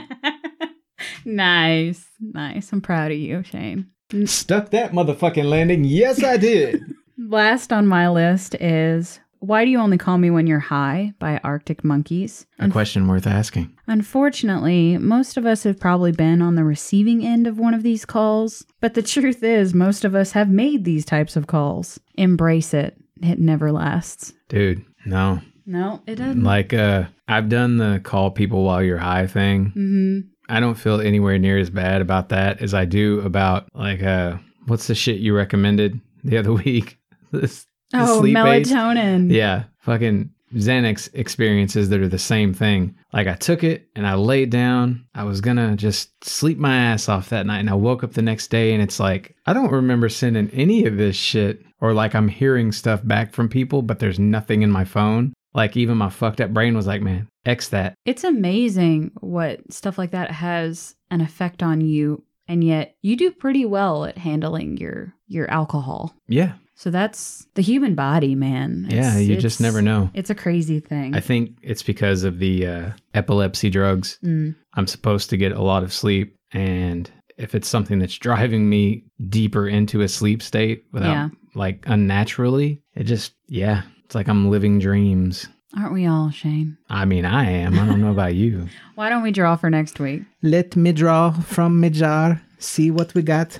A: nice. Nice. I'm proud of you, Shane.
B: Stuck that motherfucking landing. Yes, I did.
A: Last on my list is Why Do You Only Call Me When You're High by Arctic Monkeys.
B: a question worth asking.
A: Unfortunately, most of us have probably been on the receiving end of one of these calls, but the truth is, most of us have made these types of calls. Embrace it, it never lasts.
B: Dude, no.
A: No, it doesn't.
B: Like uh I've done the call people while you're high thing.
A: hmm
B: I don't feel anywhere near as bad about that as I do about like uh what's the shit you recommended the other week? this the
A: Oh,
B: sleep aids?
A: melatonin.
B: Yeah. Fucking Xanax experiences that are the same thing. Like I took it and I laid down. I was gonna just sleep my ass off that night and I woke up the next day and it's like I don't remember sending any of this shit or like I'm hearing stuff back from people, but there's nothing in my phone. Like even my fucked up brain was like, man, X that.
A: It's amazing what stuff like that has an effect on you, and yet you do pretty well at handling your your alcohol.
B: Yeah.
A: So that's the human body, man.
B: yeah.
A: It's-
B: You
A: it's-
B: just never know.
A: It's a crazy thing.
B: I think it's because of the uh, epilepsy drugs.
A: Mm.
B: I'm supposed to get a lot of sleep. And if it's something that's driving me deeper into a sleep state without
A: Yeah.
B: like unnaturally, it just, yeah, it's like I'm living dreams.
A: Aren't we all, Shane?
B: I mean, I am. I don't know about you.
A: Why don't we draw for next week?
C: Let me draw from my jar, see what we got.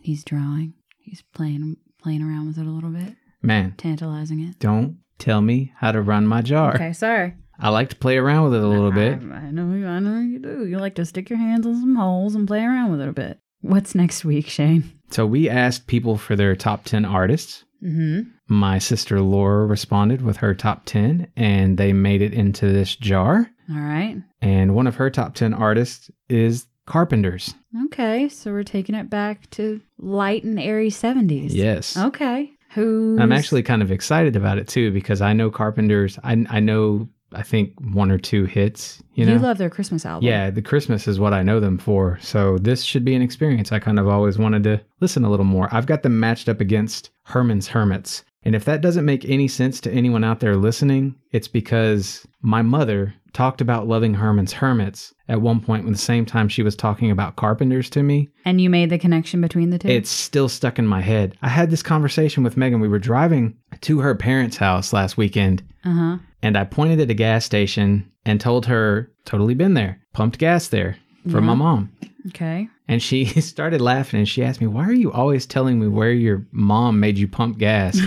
A: He's drawing. He's playing playing around with it a little bit,
B: Man,
A: tantalizing it.
B: don't tell me how to run my jar.
A: Okay, Um, sorry.
B: I like to play around with it a little bit.
A: I, I know. you- I know you do. You like to stick your hands in some holes and play around with it a bit. What's next week, Shane?
B: So we asked people for their top 10 artists.
A: Mm-hmm.
B: My sister Laura responded with her top 10, and they made it into this jar.
A: All right.
B: And one of her top 10 artists is Carpenters.
A: Okay. So we're taking it back to light and airy seventies.
B: Yes.
A: Okay. Who's
B: I'm actually kind of excited about it too because I know Carpenters, I, I know, I think one or two hits, you know?
A: love their Christmas album.
B: yeah, the Christmas is what I know them for. So this should be an experience. I kind of always wanted to listen a little more. I've got them matched up against Herman's Hermits. And if that doesn't make any sense to anyone out there listening, it's because my mother talked about loving Herman's Hermits at one point when the same time she was talking about Carpenters to me.
A: And you made the connection between the two.
B: It's still stuck in my head. I had this conversation with Megan. We were driving to her parents' house last weekend,
A: uh huh.
B: and I pointed at a gas station and told her, totally been there, pumped gas there for my
A: Yeah.
B: mom.
A: Okay.
B: And she started laughing and she asked me, Why are you always telling me where your mom made you pump gas?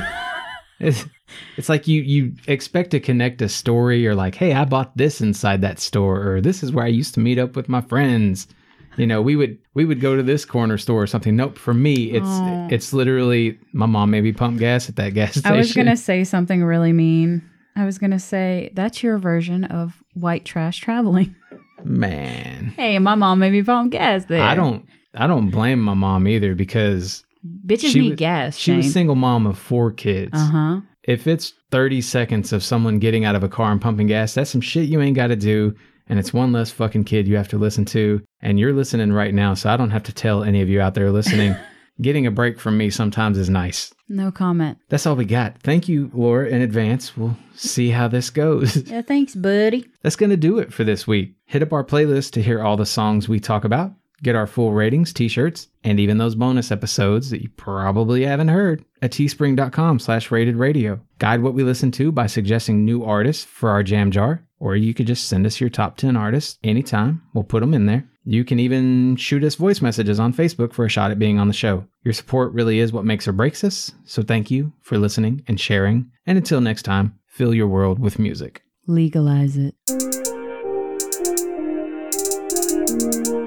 B: it's, it's like you, you expect to connect a story or like, Hey, I bought this inside that store, or this is where I used to meet up with my friends. You know, we would we would go to this corner store or something. Nope, for me, it's
A: Aw.
B: it's literally my mom made me pump gas at that gas station.
A: I was gonna say something really mean. I was gonna say that's your version of white trash traveling.
B: man.
A: Hey, my mom made me pump gas there.
B: I don't I don't blame my mom either because
A: Bitches
B: she
A: need
B: was-
A: gas.
B: she was
A: Shane.
B: single mom of four kids.
A: Uh huh.
B: if it's 30 seconds of someone getting out of a car and pumping gas, that's some shit you ain't got to do. And it's one less fucking kid you have to listen to. And you're listening right now, so I don't have to tell any of you out there listening. getting a break from me sometimes is nice.
A: No comment.
B: That's all we got. Thank you, Laura, in advance. We'll see how this goes.
A: Yeah, thanks, buddy.
B: That's going to do it for this week. Hit up our playlist to hear all the songs we talk about, get our full ratings, t-shirts, and even those bonus episodes that you probably haven't heard at teespring.com slash rated radio. Guide what we listen to by suggesting new artists for our jam jar, or you could just send us your top 10 artists anytime. We'll put them in there. You can even shoot us voice messages on Facebook for a shot at being on the show. Your support really is what makes or breaks us, so thank you for listening and sharing. And until next time, fill your world with music.
A: Legalize it.
D: Thank you.